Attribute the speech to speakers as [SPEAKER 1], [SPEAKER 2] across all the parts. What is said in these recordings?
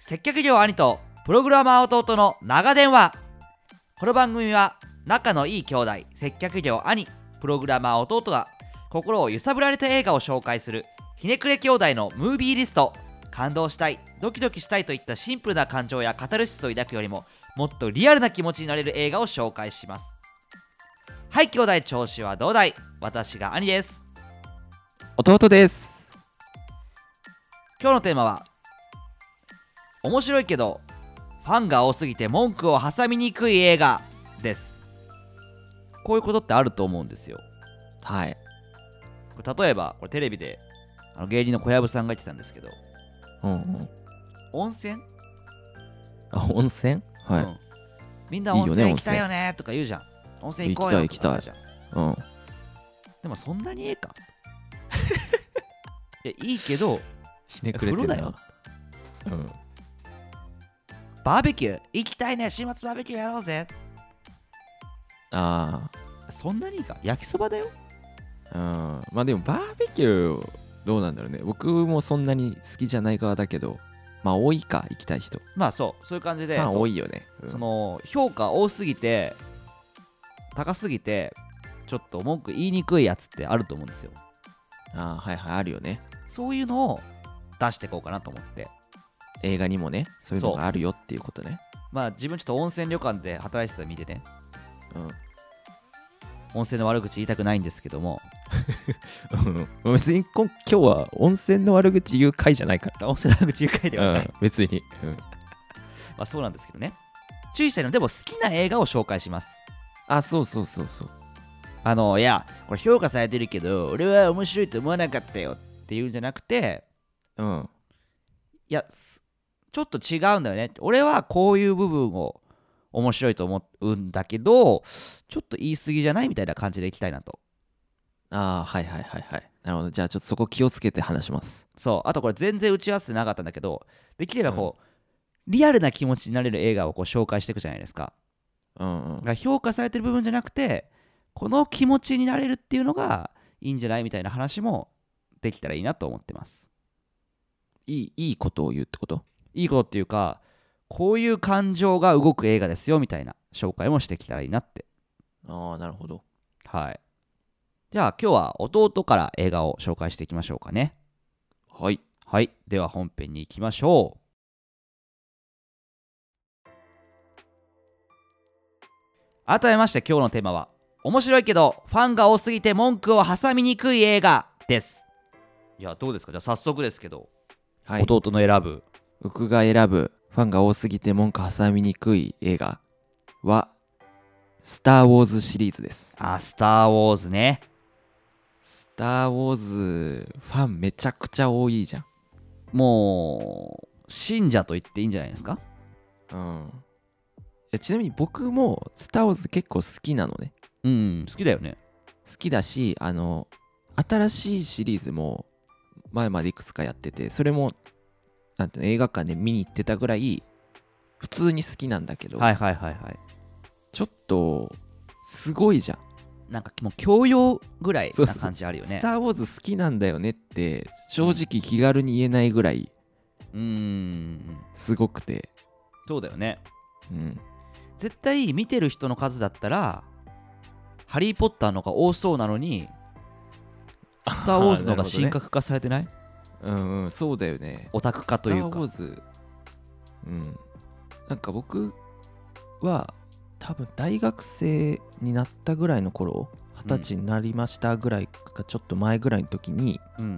[SPEAKER 1] 接客業兄とプログラマー弟の長電話この番組は仲のいい兄弟接客業兄プログラマー弟が心を揺さぶられた映画を紹介するひねくれ兄弟のムービーリスト感動したいドキドキしたいといったシンプルな感情やカタルシスを抱くよりももっとリアルな気持ちになれる映画を紹介しますはい兄弟調子はどうだい私が兄です
[SPEAKER 2] 弟です
[SPEAKER 1] 今日のテーマは面白いけどファンが多すぎて文句を挟みにくい映画ですこういうことってあると思うんですよ
[SPEAKER 2] はい
[SPEAKER 1] これ例えばこれテレビであの芸人の小籔さんが言ってたんですけど
[SPEAKER 2] うんうん
[SPEAKER 1] 温泉、
[SPEAKER 2] あ温泉は
[SPEAKER 1] う
[SPEAKER 2] い
[SPEAKER 1] んみんない
[SPEAKER 2] い
[SPEAKER 1] 温
[SPEAKER 2] よね
[SPEAKER 1] 泉行きたいよねとか言うじゃん温泉行こうよ
[SPEAKER 2] 行きたい
[SPEAKER 1] とかなるじゃん
[SPEAKER 2] うん
[SPEAKER 1] でもそんなにええか いやいいけど
[SPEAKER 2] ひねくれてる
[SPEAKER 1] 風呂
[SPEAKER 2] なうん
[SPEAKER 1] バーベキュー行きたいね週末バーベキューやろうぜ
[SPEAKER 2] あ
[SPEAKER 1] そんなにいいか焼きそばだよ
[SPEAKER 2] あうんまあでもバーベキューどうなんだろうね僕もそんなに好きじゃない側だけどまあ多いか行きたい人
[SPEAKER 1] まあそうそういう感じで
[SPEAKER 2] まあ
[SPEAKER 1] そう
[SPEAKER 2] 多いよねうん
[SPEAKER 1] その評価多すぎて高すぎてちょっと文句言いにくいやつってあると思うんですよ
[SPEAKER 2] ああはいはいあるよね
[SPEAKER 1] そういうのを出していこうかなと思って
[SPEAKER 2] 映画にもねそういうの
[SPEAKER 1] そう
[SPEAKER 2] があるよっていうことね
[SPEAKER 1] まあ自分ちょっと温泉旅館で働いてた身でね
[SPEAKER 2] うん
[SPEAKER 1] 温泉の悪口言いたくないんですけども
[SPEAKER 2] うん別に今今日は温泉の悪口言う回じゃないか
[SPEAKER 1] 温泉の悪口言う回では
[SPEAKER 2] ら、う
[SPEAKER 1] ない、
[SPEAKER 2] ん、別に、うん、
[SPEAKER 1] まあそうなんですけどね注意したいのはでも好きな映画を紹介します
[SPEAKER 2] あそうそうそうそう
[SPEAKER 1] あのいやこれ評価されてるけど俺は面白いと思わなかったよっていうんじゃなくて
[SPEAKER 2] うん
[SPEAKER 1] いやすちょっと違うんだよね俺はこういう部分を面白いと思うんだけどちょっと言い過ぎじゃないみたいな感じでいきたいなと
[SPEAKER 2] ああはいはいはいはいなるほどじゃあちょっとそこ気をつけて話します
[SPEAKER 1] そうあとこれ全然打ち合わせてなかったんだけどできればこう、リアルな気持ちになれる映画をこう紹介していくじゃないですか
[SPEAKER 2] うんうん
[SPEAKER 1] だから評価されてる部分じゃなくてこの気持ちになれるっていうのがいいんじゃないみたいな話もできたらいいなと思ってます
[SPEAKER 2] いいいいことを言うってこと
[SPEAKER 1] いいことっていうかこういう感情が動く映画ですよみたいな紹介もしてきたらいいなって
[SPEAKER 2] ああなるほど
[SPEAKER 1] はい。じゃあ今日は弟から映画を紹介していきましょうかね。
[SPEAKER 2] はい
[SPEAKER 1] はい。では本編に行きましょう。改めまして今日のテーマは面白いけどファンが多すぎて文句を挟みにくい映画です。いやどうですかじゃあ早速ですけど、
[SPEAKER 2] はい
[SPEAKER 1] 弟の選ぶ
[SPEAKER 2] 僕が選ぶファンが多すぎて文句挟みにくい映画は「スター・ウォーズ」シリーズです
[SPEAKER 1] あスター・ウォーズね
[SPEAKER 2] スター・ウォーズファンめちゃくちゃ多いじゃん
[SPEAKER 1] もう信者と言っていいんじゃないですか
[SPEAKER 2] うんえちなみに僕も「スター・ウォーズ」結構好きなのね
[SPEAKER 1] うん好きだよね
[SPEAKER 2] 好きだしあの新しいシリーズも前までいくつかやっててそれもなんていうの映画館で見に行ってたぐらい普通に好きなんだけど、
[SPEAKER 1] はいはいはいはい
[SPEAKER 2] ちょっとすごいじゃん、
[SPEAKER 1] なんかもう教養ぐらい
[SPEAKER 2] そう
[SPEAKER 1] な
[SPEAKER 2] そうそう
[SPEAKER 1] 感じあるよね
[SPEAKER 2] スター・ウォーズ好きなんだよね」って正直気軽に言えないぐらいう
[SPEAKER 1] ーん
[SPEAKER 2] すごくて、
[SPEAKER 1] そうだよね
[SPEAKER 2] うん、
[SPEAKER 1] 絶対見てる人の数だったら「ハリー・ポッター」の方が多そうなのに「スター・ウォーズ」の方が神
[SPEAKER 2] 格、
[SPEAKER 1] 格化されて ない
[SPEAKER 2] うんうんそうだよね
[SPEAKER 1] オタク化とい
[SPEAKER 2] ス
[SPEAKER 1] う
[SPEAKER 2] ター・ウォー
[SPEAKER 1] か
[SPEAKER 2] ズ、うん。なんか僕は、多分大学生になったぐらいの頃、二十歳になりましたぐらいか、ちょっと前ぐらいの時に、
[SPEAKER 1] うん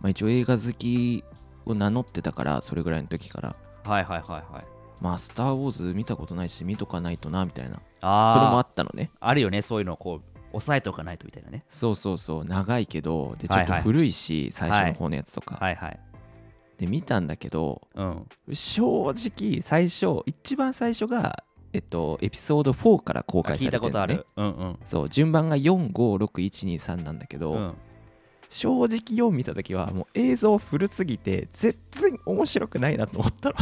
[SPEAKER 2] まあ、一応映画好きを名乗ってたから、それぐらいの時から、
[SPEAKER 1] はいはいはいはい
[SPEAKER 2] まあ、スター・ウォーズ見たことないし、見とかないとな、みたいな、それもあ
[SPEAKER 1] あー
[SPEAKER 2] ったのね。
[SPEAKER 1] あるよねそういうのをこう押さえておかないとみたいなね
[SPEAKER 2] そうそうそう、長いけど、で、ち
[SPEAKER 1] は
[SPEAKER 2] ょ
[SPEAKER 1] いは
[SPEAKER 2] っ
[SPEAKER 1] い
[SPEAKER 2] と古いし、最初の方のやつとか。
[SPEAKER 1] はいはい
[SPEAKER 2] で、見たんだけど、
[SPEAKER 1] うん
[SPEAKER 2] 正直最初一番最初がえっとエピソード4から公
[SPEAKER 1] あ
[SPEAKER 2] 開さ
[SPEAKER 1] 聞い
[SPEAKER 2] れて
[SPEAKER 1] たこ
[SPEAKER 2] る
[SPEAKER 1] と
[SPEAKER 2] の
[SPEAKER 1] あ
[SPEAKER 2] ね
[SPEAKER 1] るうんうん
[SPEAKER 2] そう順番が456123なんだけど、
[SPEAKER 1] うん
[SPEAKER 2] 正直4見た時はもう映像古すぎて全然面白くないなと思ったの い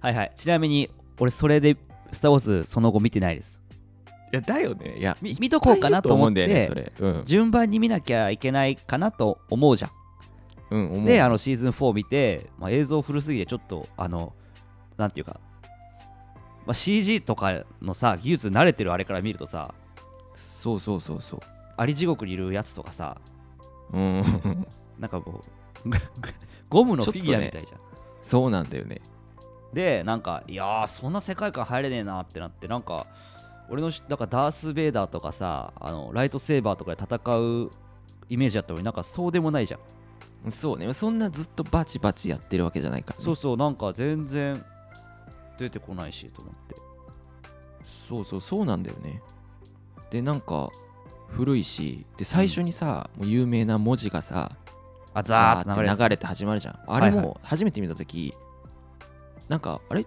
[SPEAKER 1] はいはいちなみに俺それで「スター・ウォーズ」その後見てないです
[SPEAKER 2] やだよねいや
[SPEAKER 1] み見とこうかなと思っ
[SPEAKER 2] いぱいいると思うんだよね
[SPEAKER 1] て
[SPEAKER 2] それ、うん、
[SPEAKER 1] 順番に見なきゃいけないかなと思うじゃん
[SPEAKER 2] うん、思う
[SPEAKER 1] であのシーズン4見て、まあ、映像古すぎてちょっとあのなんていうか、まあ、CG とかのさ技術慣れてるあれから見るとさ
[SPEAKER 2] そうそうそうそ
[SPEAKER 1] アリ地獄にいるやつとかさ
[SPEAKER 2] ううん
[SPEAKER 1] なんかもう ゴムのフィギュアみたいじゃん、
[SPEAKER 2] そうなんだよね
[SPEAKER 1] でなんかいやーそんな世界観入れねえなってなってなんか俺のしなんかダース・ベイダーとかさあのライトセーバーとかで戦うイメージだったのになんかそうでもないじゃん
[SPEAKER 2] そうねそんなずっとバチバチやってるわけじゃないから、ね、
[SPEAKER 1] そうそうなんか全然出てこないしと思って
[SPEAKER 2] そうそうそうなんだよねでなんか古いしで最初にさ、もう有名な文字がさ
[SPEAKER 1] あざーっと流れ
[SPEAKER 2] わー
[SPEAKER 1] て
[SPEAKER 2] ってて流れて始まるじゃんあれ
[SPEAKER 1] はいはい
[SPEAKER 2] も初めて見た時、なんかあれ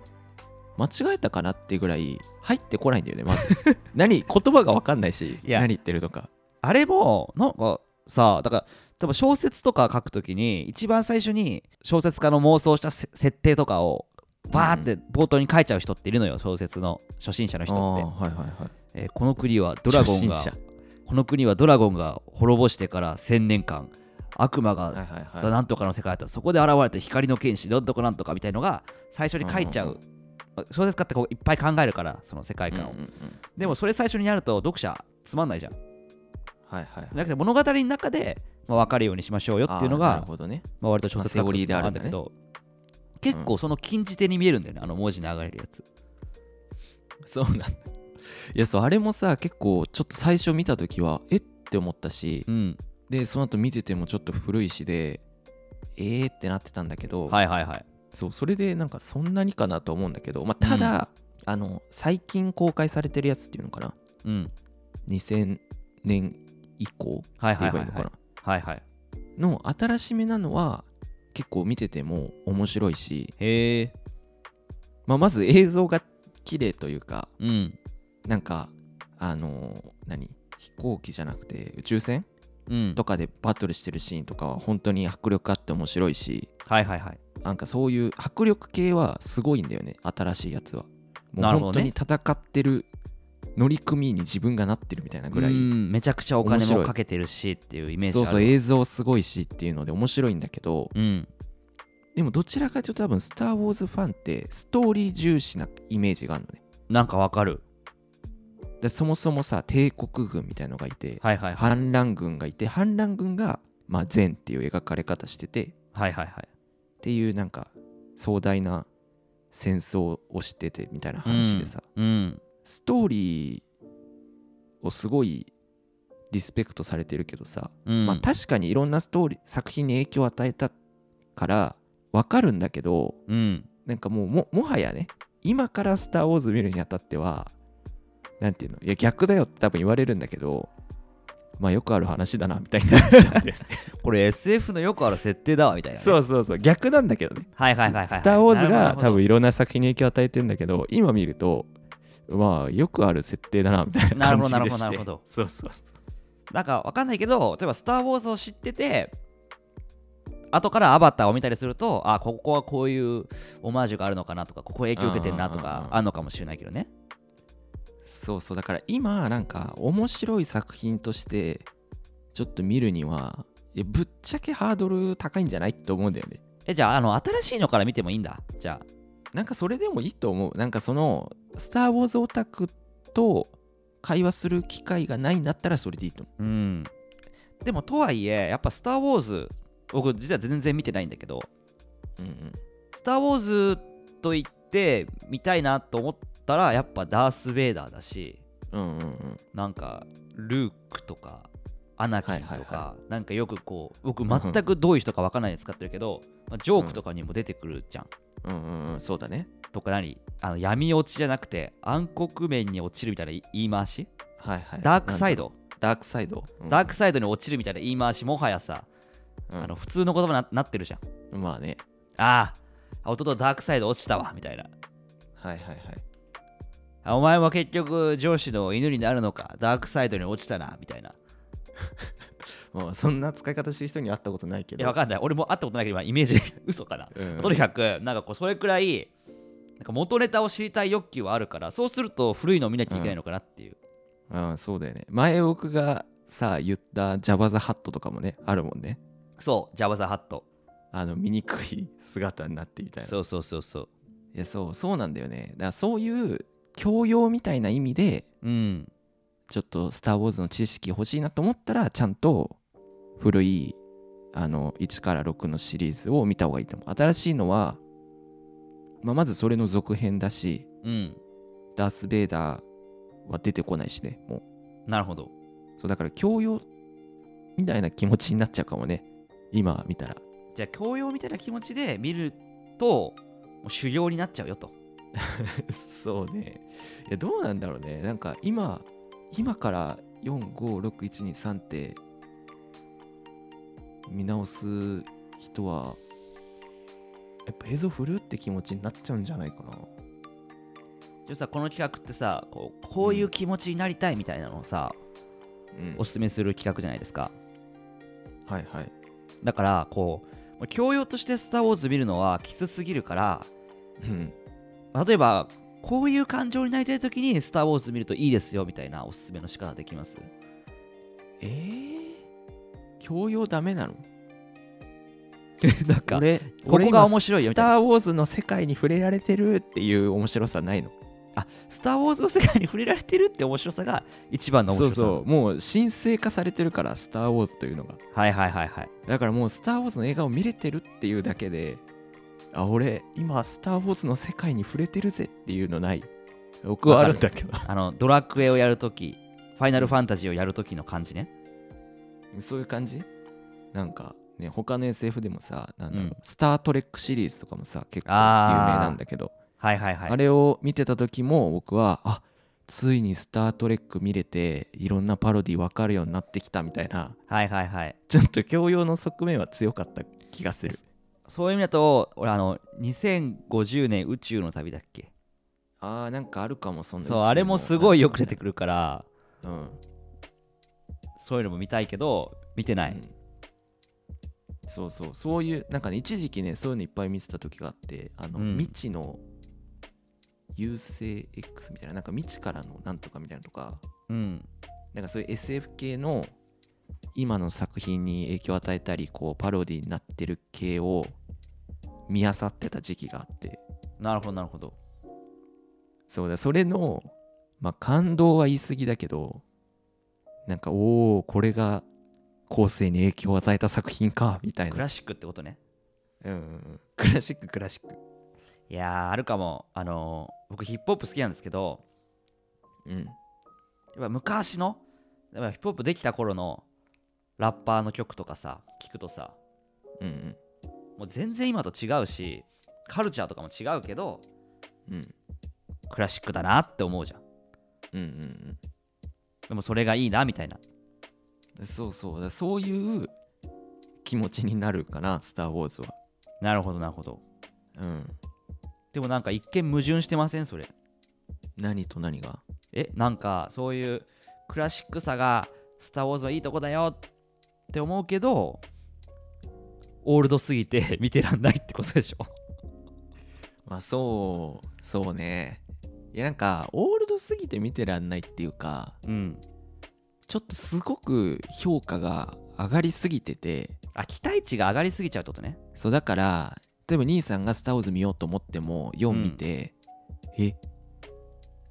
[SPEAKER 2] 間違えたかなってぐらい入ってこないんだよねまず 何言葉が分かんないし
[SPEAKER 1] いや
[SPEAKER 2] 何言ってるとか
[SPEAKER 1] あれもなんかさだから多分小説とか書くときに一番最初に小説家の妄想したせ設定とかをバーって冒頭に書いちゃう人っているのよ小説の初心者の
[SPEAKER 2] あ
[SPEAKER 1] 人
[SPEAKER 2] あー
[SPEAKER 1] って、
[SPEAKER 2] はいはいはい
[SPEAKER 1] えーこの国はドラゴンが
[SPEAKER 2] 初心者
[SPEAKER 1] この国はドラゴンが滅ぼしてから1000年間悪魔
[SPEAKER 2] はい
[SPEAKER 1] が
[SPEAKER 2] はいはい
[SPEAKER 1] さなんとかの世界だったそこで現れて光の剣士なんとかなんとかみたいのが最初に書いちゃ
[SPEAKER 2] うんう
[SPEAKER 1] う小説家ってこういっぱい考えるからその世界観を、
[SPEAKER 2] うんうんうん
[SPEAKER 1] でもそれ最初にやると読者つまんないじゃん
[SPEAKER 2] はいはいはい
[SPEAKER 1] じゃなくて物語の中で、まあ、分かるようにしましょうよっていうの
[SPEAKER 2] あーな
[SPEAKER 1] が
[SPEAKER 2] るほどね
[SPEAKER 1] まあ、割と小説
[SPEAKER 2] まあセオリーであるんだね
[SPEAKER 1] けど、結構その禁じ手に見えるんだよね、あの文字流れるやつ
[SPEAKER 2] そうなんだいやそうあれもさ結構ちょっと最初見た時はえって思ったし
[SPEAKER 1] うん
[SPEAKER 2] でその後見ててもちょっと古いしでえーってなってたんだけど、
[SPEAKER 1] はいはいはい
[SPEAKER 2] そうそれでなんかそんなにかなと思うんだけど、まあ、ただ、あの最近公開されてるやつっていうのかな
[SPEAKER 1] うん
[SPEAKER 2] 2000年以降っ
[SPEAKER 1] はい
[SPEAKER 2] て
[SPEAKER 1] は
[SPEAKER 2] 言
[SPEAKER 1] い
[SPEAKER 2] えば
[SPEAKER 1] はいい
[SPEAKER 2] いいのかな
[SPEAKER 1] はいはい
[SPEAKER 2] の新しめなのは結構見てても面白いし、
[SPEAKER 1] へえ
[SPEAKER 2] まあ、まず映像が綺麗というか
[SPEAKER 1] うん
[SPEAKER 2] なんかあのー何飛行機じゃなくて宇宙船
[SPEAKER 1] うん
[SPEAKER 2] とかでバトルしてるシーンとかは本当に迫力あって面白いし
[SPEAKER 1] はいはいはい
[SPEAKER 2] なんかそういう迫力系はすごいんだよね新しいやつはもう
[SPEAKER 1] なるほ
[SPEAKER 2] 本
[SPEAKER 1] ど
[SPEAKER 2] 当に
[SPEAKER 1] ね
[SPEAKER 2] 戦ってる乗組に自分がなってるみたいなぐらい、
[SPEAKER 1] うんめちゃくちゃお金
[SPEAKER 2] 面白
[SPEAKER 1] も
[SPEAKER 2] い
[SPEAKER 1] かけてるしっていうイメージ
[SPEAKER 2] そうそ
[SPEAKER 1] あ
[SPEAKER 2] う
[SPEAKER 1] る
[SPEAKER 2] 映像すごいしっていうので面白いんだけど
[SPEAKER 1] うん
[SPEAKER 2] でもどちらかというと多分「スター・ウォーズ」ファンってストーリー重視なイメージがあるのね
[SPEAKER 1] なんかわかる
[SPEAKER 2] でそもそもさ帝国軍みたいのがいて、
[SPEAKER 1] はいはいはい
[SPEAKER 2] 反乱軍がいて反乱軍が、まあ、善っていう描かれ方しててっ
[SPEAKER 1] はいはいはい
[SPEAKER 2] ていうなんか壮大な戦争をしててみたいな話でさ、
[SPEAKER 1] うん
[SPEAKER 2] ストーリーをすごいリスペクトされてるけどさ、
[SPEAKER 1] うん
[SPEAKER 2] まあ確かにいろんなストーリー作品に影響を与えたからわかるんだけど
[SPEAKER 1] うん
[SPEAKER 2] なんかもうももはやね今から「スター・ウォーズ」見るにあたってはなんていうのいや逆だよって多分言われるんだけどまあよくある話だなみたいになっちゃ うんだよね
[SPEAKER 1] これ SF のよくある設定だわみたいなね
[SPEAKER 2] そうそうそう逆なんだけどね
[SPEAKER 1] はいはいはいはいはい
[SPEAKER 2] スター・ウォーズ
[SPEAKER 1] な
[SPEAKER 2] が
[SPEAKER 1] るほどな
[SPEAKER 2] 多
[SPEAKER 1] るほど
[SPEAKER 2] 分いろんな作品に影響を与えてんだけど、今見ると、まあ、よくある設定だな、みたいな感じでして。
[SPEAKER 1] なるほどなるほどなるほど
[SPEAKER 2] そうそうそ
[SPEAKER 1] なんかわかんないけど例えば「スター・ウォーズ」を知ってて後からアバターを見たりするとあここはこういうオマージュがあるのかなとかここ影響受けてるなと
[SPEAKER 2] うんうんうん
[SPEAKER 1] か
[SPEAKER 2] うん
[SPEAKER 1] あるのかもしれないけどね
[SPEAKER 2] う。そうそう、だから今、なんか、面白い作品として、ちょっと見るには、いやぶっちゃけハードル高いんじゃないって思うんだよね。
[SPEAKER 1] えじゃああの新しいのから見てもいいんだじゃあ
[SPEAKER 2] なんかそれでもいいと思う。なんかその、スター・ウォーズオタクと会話する機会がないんだったらそれでいいと思
[SPEAKER 1] うんでもとはいえやっぱ「スター・ウォーズ」僕実は全然見てないんだけど
[SPEAKER 2] う。うんうん。
[SPEAKER 1] 「スター・ウォーズ」と言って見たいなと思ったらやっぱダース・ベイダーだし
[SPEAKER 2] うんうんうん。
[SPEAKER 1] なんかルークとかアナキンとか、
[SPEAKER 2] はいはいは
[SPEAKER 1] なんかよくこう僕全くどういう人か分からないで使ってるけど、まあ、ジョークとかにも出てくるじゃん、
[SPEAKER 2] うんうんうん、そうだね。
[SPEAKER 1] とか何あの闇落ちじゃなくて暗黒面に落ちるみたいな言い回し
[SPEAKER 2] はいはい。
[SPEAKER 1] ダークサイ
[SPEAKER 2] ド。
[SPEAKER 1] ド
[SPEAKER 2] ダークサイド。うん
[SPEAKER 1] ダークサイドに落ちるみたいな言い回しもはやさ、あの普通の言葉にななってるじゃん
[SPEAKER 2] うん、まあね
[SPEAKER 1] ああ弟ダークサイド落ちたわみたいな
[SPEAKER 2] はいはいはい
[SPEAKER 1] あお前は結局上司の犬になるのかダークサイドに落ちたなみたいな
[SPEAKER 2] まあそんな使い方してる人に会ったことないけ
[SPEAKER 1] い
[SPEAKER 2] ど
[SPEAKER 1] やわかんない俺も会ったことないけど今イメージ 嘘かな
[SPEAKER 2] うん
[SPEAKER 1] とにかくなんかこうそれくらいなんか元ネタを知りたい欲求はあるからそうすると古いのを見なきゃいけないのかなっていう、
[SPEAKER 2] うんそうだよね前僕がさ言ったジャバザハットとかもねあるもんね
[SPEAKER 1] そうジャバザハット
[SPEAKER 2] あの醜い姿になってみたいな
[SPEAKER 1] そうそうそうそう
[SPEAKER 2] いやそうそうなんだよねだからそういう教養みたいな意味で
[SPEAKER 1] うん
[SPEAKER 2] ちょっと「スター・ウォーズ」の知識欲しいなと思ったらちゃんと古いあの1から6のシリーズを見た方がいいと思う新しいのは、まあ、まずそれの続編だし
[SPEAKER 1] うん
[SPEAKER 2] ダース・ベイダーは出てこないしねもう
[SPEAKER 1] なるほど
[SPEAKER 2] そうだから教養みたいな気持ちになっちゃうかもね今見たら
[SPEAKER 1] じゃあ教養みたいな気持ちで見るともう修行になっちゃうよと
[SPEAKER 2] そうねいやどうなんだろうねなんか今今から45612って見直す人はやっぱ映像振るって気持ちになっちゃうんじゃないかな
[SPEAKER 1] じゃあさこの企画ってさこうこういう気持ちになりたいみたいなのをさ、
[SPEAKER 2] うん
[SPEAKER 1] おすすめする企画じゃないですか
[SPEAKER 2] はいはい
[SPEAKER 1] だからこう教養として「スター・ウォーズ」見るのはきつすぎるから
[SPEAKER 2] うん
[SPEAKER 1] 例えばこういう感情になりたい時に「スター・ウォーズ」見るといいですよみたいなおすすめの仕方でき ます
[SPEAKER 2] えー、教養ダメなの
[SPEAKER 1] なんか
[SPEAKER 2] 俺
[SPEAKER 1] ここが面白いよ
[SPEAKER 2] 俺今
[SPEAKER 1] み
[SPEAKER 2] ス
[SPEAKER 1] たいな
[SPEAKER 2] ター・ウォーズの世界に触れられてるっていう面白さないの
[SPEAKER 1] あスター・ウォーズの世界に触れられてるって面白さが一番の面白
[SPEAKER 2] そう
[SPEAKER 1] さ
[SPEAKER 2] そうもう神聖化されてるから「スター・ウォーズ」というのが
[SPEAKER 1] はいはいはいはい
[SPEAKER 2] だからもう「スター・ウォーズ」の映画を見れてるっていうだけであ俺今「スター・ウォーズ」の世界に触れてるぜっていうのない僕はあるんだけど
[SPEAKER 1] あのドラクエをやるときファイナルファンタジーをやるときの感じね
[SPEAKER 2] そういう感じなんかね他の SF でもさなんだろう、
[SPEAKER 1] うん
[SPEAKER 2] スター・トレック」シリーズとかもさ結構有
[SPEAKER 1] あー
[SPEAKER 2] 名なんだけど
[SPEAKER 1] はいはいはい
[SPEAKER 2] あれを見てた時も僕はあついに「スター・トレック」見れていろんなパロディ分かるようになってきたみたいな
[SPEAKER 1] はいはいはい
[SPEAKER 2] ちょっと教養の側面は強かった気がする
[SPEAKER 1] そういう意味だと俺あの2050年宇宙の旅だっけ
[SPEAKER 2] あーなんかあるかもそんな
[SPEAKER 1] そうあれもすごいよく出て
[SPEAKER 2] る、
[SPEAKER 1] くるから
[SPEAKER 2] うん
[SPEAKER 1] そういうのも見たいけど見てない、
[SPEAKER 2] うんそうそうそういうなんかね一時期ねそういうのいっぱい見てた時があってあの、
[SPEAKER 1] うん
[SPEAKER 2] 未知の優勢 X みたいななんか未知からのなんとかみたいなのとか
[SPEAKER 1] うん、
[SPEAKER 2] なんかそういう SF 系の今の作品に影響を与えたりこうパロディになってる系を見漁ってた時期があって
[SPEAKER 1] なるほどなるほど
[SPEAKER 2] そうだそれの、まあ、感動は言い過ぎだけどなんかおおこれが後世に影響を与えた作品かみたい
[SPEAKER 1] ク
[SPEAKER 2] な
[SPEAKER 1] ラシックってことね
[SPEAKER 2] うんうんうんクラシッククラシック
[SPEAKER 1] いやーあるかもあのー僕ヒップホップ好きなんですけど
[SPEAKER 2] う
[SPEAKER 1] や
[SPEAKER 2] ん
[SPEAKER 1] っぱ昔のやっぱヒップホップできた頃のラッパーの曲とかさ聞くとさ
[SPEAKER 2] うん
[SPEAKER 1] もう全然今と違うしカルチャーとかも違うけど
[SPEAKER 2] うんうん
[SPEAKER 1] クラシックだなって思うじゃん
[SPEAKER 2] うんうん
[SPEAKER 1] でもそれがいいなみたいな
[SPEAKER 2] うんそうそうだそういう気持ちになるかな「スター・ウォーズは」
[SPEAKER 1] なるほどなるほど
[SPEAKER 2] うん
[SPEAKER 1] でもなんか一見矛盾してませんそれ
[SPEAKER 2] 何と何が
[SPEAKER 1] えなんかそういうクラシックさが「スター・ウォーズ」はいいとこだよって思うけどオールドすぎて 見てらんないってことでしょ
[SPEAKER 2] まあそうそうねいやなんかオールドすぎて見てらんないっていうか
[SPEAKER 1] うん
[SPEAKER 2] ちょっとすごく評価が上がりすぎてて
[SPEAKER 1] あ期待値が上がりすぎちゃうってことね
[SPEAKER 2] そうだから例えば兄さんが「スター・ウォーズ」見ようと思っても4
[SPEAKER 1] うん
[SPEAKER 2] 見て、え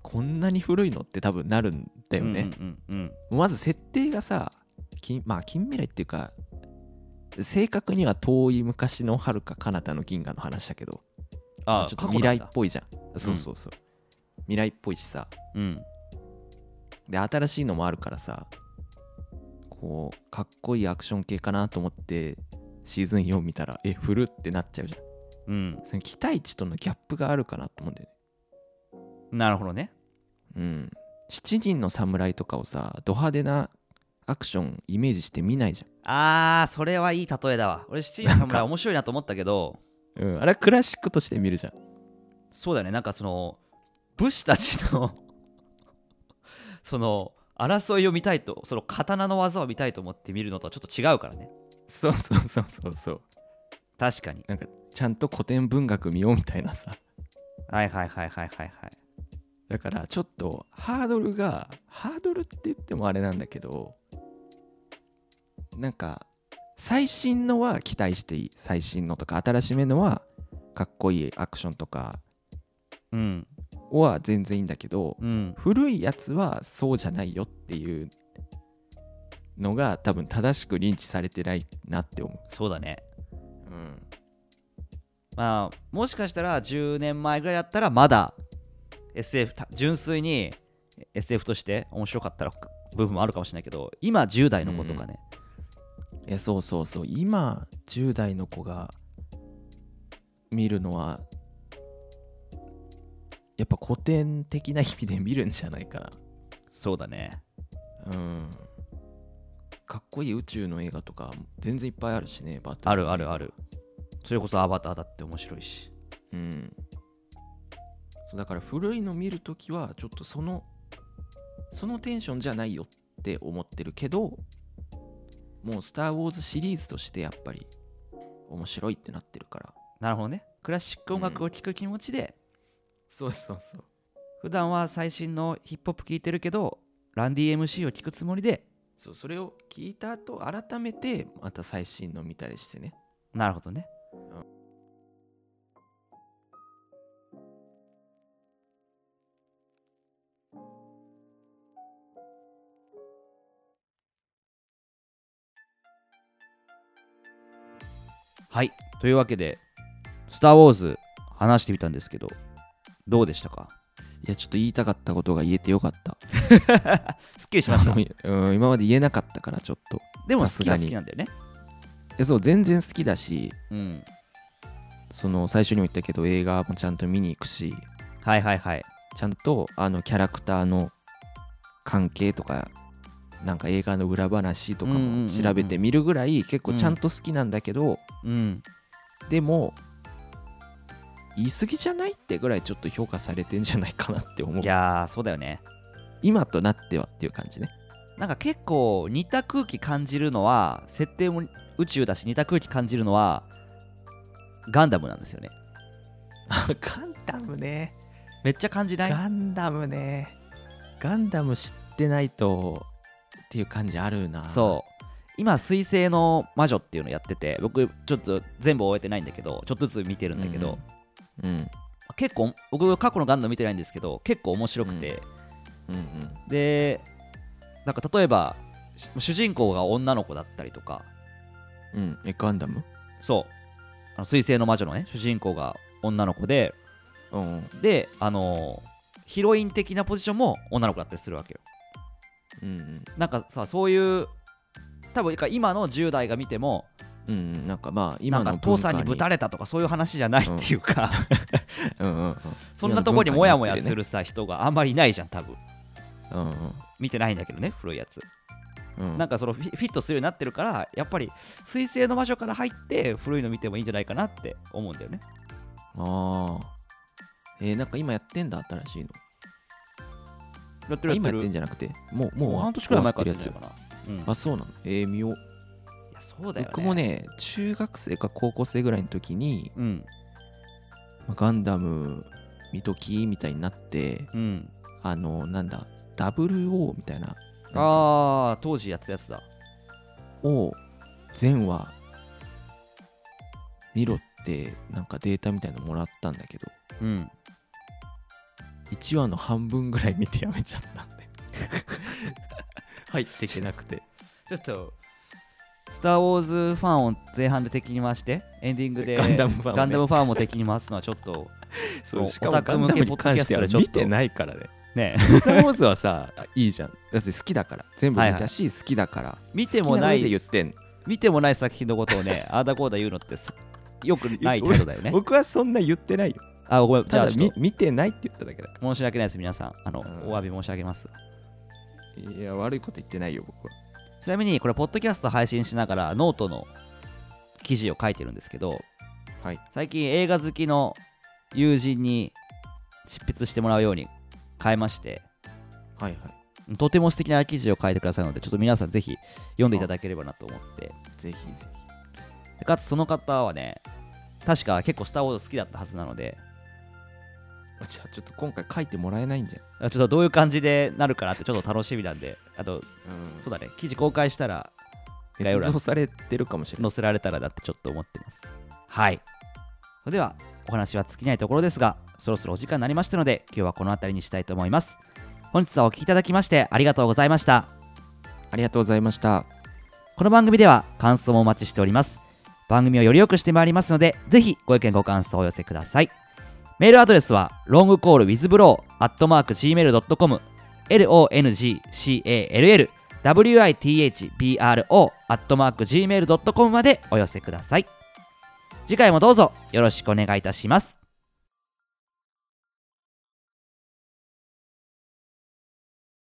[SPEAKER 2] こんなに古いのって多分なるんだよね、
[SPEAKER 1] うんうんうん
[SPEAKER 2] もうまず設定がさ近まあ近未来っていうか正確には遠い昔のはるか彼方の銀河の話だけど
[SPEAKER 1] あ
[SPEAKER 2] ちょっと未来っ
[SPEAKER 1] 過去
[SPEAKER 2] ぽいじゃんそうそうそう、未来っぽいしさ
[SPEAKER 1] なんだ
[SPEAKER 2] で新しいのもあるからさこうかっこいいアクション系かなと思ってシーズン4見たらえフルってなっちゃうじゃん
[SPEAKER 1] うん
[SPEAKER 2] その期待値とのギャップがあるかなと思うんだよね
[SPEAKER 1] うんなるほどね
[SPEAKER 2] うん7人の侍とかをさド派手なアクションイメージして見ないじゃん
[SPEAKER 1] あーそれはいい例えだわ俺七人の侍面白いなと思ったけど
[SPEAKER 2] うん、あれはクラシックとして見るじゃん。
[SPEAKER 1] そうだねなんかその武士たちの その争いを見たいとその刀の技を見たいと思って見るのとはちょっと違うからね
[SPEAKER 2] そうそうそうそうそう。
[SPEAKER 1] 確かに
[SPEAKER 2] なんかちゃんと古典文学見ようみたいなさ。
[SPEAKER 1] はいはいはいはいはいはい
[SPEAKER 2] だからちょっとハードルがハードルって言ってもあれなんだけどなんか最新のは期待していい最新のとか新しめのはかっこいいアクションとか
[SPEAKER 1] うん
[SPEAKER 2] は全然いいんだけど、
[SPEAKER 1] うん
[SPEAKER 2] 古いやつはそうじゃないよっていうのが多分正しく認知されてないなって思
[SPEAKER 1] そうだね
[SPEAKER 2] う、うん、
[SPEAKER 1] まあもしかしたら10年前ぐらいだったらまだ SF た純粋に SF として面白かったら部分もあるかもしれないけど今10代の子とかね、
[SPEAKER 2] いやそうそうそう今10代の子が見るのはやっぱ古典的な意味で見るんじゃないか
[SPEAKER 1] そうだね
[SPEAKER 2] なうんかっこいい宇宙の映画とか全然いっぱいあるしねバト
[SPEAKER 1] あるあるあるそれこそアバターだって面白いし
[SPEAKER 2] うんそうだから古いの見るときはちょっとそのそのテンションじゃないよって思ってるけどもう「スター・ウォーズ」シリーズとしてやっぱり面白いってなってるから
[SPEAKER 1] なるほどねクラシック音楽を聴く気持ちで、
[SPEAKER 2] そうそうそう
[SPEAKER 1] 普段は最新のヒップホップ聴いてるけどランディ MC を聴くつもりで
[SPEAKER 2] そうそれを聞いた後改めてまた最新の見たりしてね
[SPEAKER 1] なるほどねはいというわけで「スター・ウォーズ」話してみたんですけどどうでしたか
[SPEAKER 2] いやちょっと言いたかったことが言えてよかった
[SPEAKER 1] すっきりしま した
[SPEAKER 2] うん今まで言えなかったからちょっと
[SPEAKER 1] でも好
[SPEAKER 2] さす
[SPEAKER 1] きは
[SPEAKER 2] が
[SPEAKER 1] 好
[SPEAKER 2] に
[SPEAKER 1] きなんだよね
[SPEAKER 2] えそう全然好きだし
[SPEAKER 1] うん
[SPEAKER 2] その最初にも言ったけど映画もちゃんと見に行くし
[SPEAKER 1] はいはいはい
[SPEAKER 2] ちゃんとあのキャラクターの関係とかなんか映画の裏話とか
[SPEAKER 1] うんうんうんう
[SPEAKER 2] も
[SPEAKER 1] ん
[SPEAKER 2] 調べてみるぐらい結構ちゃんと好きなんだけど、
[SPEAKER 1] うん
[SPEAKER 2] でも言い過ぎじゃないってぐらいちょっと評価されてんじゃないかなって思う
[SPEAKER 1] いやーそうだよね
[SPEAKER 2] 今となってはっていう感じね
[SPEAKER 1] なんか結構似た空気感じるのは設定も宇宙だし似た空気感じるのはガンダムなんですよね
[SPEAKER 2] ガンダムね
[SPEAKER 1] めっちゃ感じない
[SPEAKER 2] ガンダムねガンダム知ってないとっていう感じあるな
[SPEAKER 1] そう今「水星の魔女」っていうのやってて僕ちょっと全部終えてないんだけどちょっとずつ見てるんだけど、
[SPEAKER 2] うんうん
[SPEAKER 1] 結構僕過去のガンダム見てないんですけど結構面白くて、
[SPEAKER 2] うんうん
[SPEAKER 1] でなんか例えばし主人公が女の子だったりとか
[SPEAKER 2] うんうんえガンダム
[SPEAKER 1] そうあの水星の魔女のね主人公が女の子で
[SPEAKER 2] うんうん
[SPEAKER 1] であのーヒロイン的なポジションも女の子だったりするわけよ
[SPEAKER 2] うんうん
[SPEAKER 1] なんかさそういう多分今の10代が見ても
[SPEAKER 2] うんうん、なんかまあ今
[SPEAKER 1] なん
[SPEAKER 2] の
[SPEAKER 1] か父さんにぶた
[SPEAKER 2] れ、
[SPEAKER 1] れたとかそういう話じゃないっていうか、
[SPEAKER 2] うんうんうん、
[SPEAKER 1] そんなとこにモヤモヤす
[SPEAKER 2] 今の文
[SPEAKER 1] るさ人があんまりいないじゃん多分
[SPEAKER 2] 化になってるね、
[SPEAKER 1] 見てないんだけどね古いやつ、
[SPEAKER 2] うんうんうん、
[SPEAKER 1] なんかそのフィフィットするようになってるからやっぱり水星の魔女から入って古いの見てもいいんじゃないかなって思うんだよね
[SPEAKER 2] ああえー、なんか今やってんだ新しいの
[SPEAKER 1] やってる
[SPEAKER 2] あ
[SPEAKER 1] や
[SPEAKER 2] 今
[SPEAKER 1] って
[SPEAKER 2] やってん
[SPEAKER 1] る
[SPEAKER 2] じゃなくてもうもう
[SPEAKER 1] もう半年くらい前からや
[SPEAKER 2] 終わ
[SPEAKER 1] っ
[SPEAKER 2] ってて
[SPEAKER 1] るやつかな、
[SPEAKER 2] るや
[SPEAKER 1] うん、い
[SPEAKER 2] つあそうなのえー、見よう、
[SPEAKER 1] やそうだよね
[SPEAKER 2] 僕もね中学生か高校生ぐらいの時に
[SPEAKER 1] うん
[SPEAKER 2] まあガンダム見ときみたいになって
[SPEAKER 1] うん
[SPEAKER 2] あのなんだ WO みたいななんか
[SPEAKER 1] ああ当時やってたやつだ
[SPEAKER 2] を全話見ろってなんかデータみたいのもらったんだけど
[SPEAKER 1] うん
[SPEAKER 2] 1話の半分ぐらい見てやめちゃったんで 入ってきてなくて
[SPEAKER 1] ちょっと、スター・ウォーズファンを前半で敵に回して、エンディングで
[SPEAKER 2] ガンダムファンをね
[SPEAKER 1] ガンダムファンも敵に回すのはちょっと、
[SPEAKER 2] そ
[SPEAKER 1] も
[SPEAKER 2] う
[SPEAKER 1] う
[SPEAKER 2] しか
[SPEAKER 1] オ
[SPEAKER 2] も
[SPEAKER 1] タ
[SPEAKER 2] ガ
[SPEAKER 1] ク
[SPEAKER 2] ン
[SPEAKER 1] 向け
[SPEAKER 2] ダムに関しては
[SPEAKER 1] ポッドキャストでちょっと
[SPEAKER 2] 見てないからね
[SPEAKER 1] ね、
[SPEAKER 2] 「スター・ウォーズ」はさいいじゃんだって好きだから全部見たし好きだから
[SPEAKER 1] 見てもな
[SPEAKER 2] 好き上で
[SPEAKER 1] い
[SPEAKER 2] 言、ってんの
[SPEAKER 1] 見てもない作品のことを ね、あーだこーだ言うのってさよくない態度だよね。
[SPEAKER 2] 僕はそんな言ってないよ
[SPEAKER 1] あ、ごめん、じゃ
[SPEAKER 2] た
[SPEAKER 1] あ
[SPEAKER 2] だ
[SPEAKER 1] ちょっ
[SPEAKER 2] み見てないって言っただけだか
[SPEAKER 1] と申し訳ないです、皆さん。あの、
[SPEAKER 2] うん
[SPEAKER 1] お詫び申し上げます。
[SPEAKER 2] らいや悪いこと言ってないよ僕は
[SPEAKER 1] ちなみに、これ、ポッドキャスト配信しながら、ノートの記事を書いてるんですけど、
[SPEAKER 2] はい
[SPEAKER 1] 最近映画好きの友人に執筆してもらうように変えまして、
[SPEAKER 2] はいはい
[SPEAKER 1] とても素敵な記事を書いてくださいので、ちょっと皆さんぜひ読んでいただければなと思って。
[SPEAKER 2] ぜひぜひ
[SPEAKER 1] でかつその方はね、確か結構スター・ウォーズ好きだったはずなので、
[SPEAKER 2] あじゃあちょっと今回書いてもらえないんじゃ
[SPEAKER 1] あちょっとどういう感じでなるかなってちょっと楽しみなんで、あと、
[SPEAKER 2] ん、うん
[SPEAKER 1] そうだね、記事公開したら、概要
[SPEAKER 2] 捏
[SPEAKER 1] 欄
[SPEAKER 2] 造されてるかもしれない
[SPEAKER 1] 載せられたらだってちょっと思ってますはいそれではお話は尽きないところですがそろそろお時間になりましたので今日はこの辺りにしたいと思います本日はお聴きいただきましてありがとうございました
[SPEAKER 2] ありがとうございました
[SPEAKER 1] この番組では感想もお待ちしております番組をより良くしてまいりますのでぜひご意見ご感想をお寄せくださいメールアドレスは longcallwithbro.gmail.com longcallwithbro.gmail.com までお寄せください次回もどうぞよろしくお願いいたします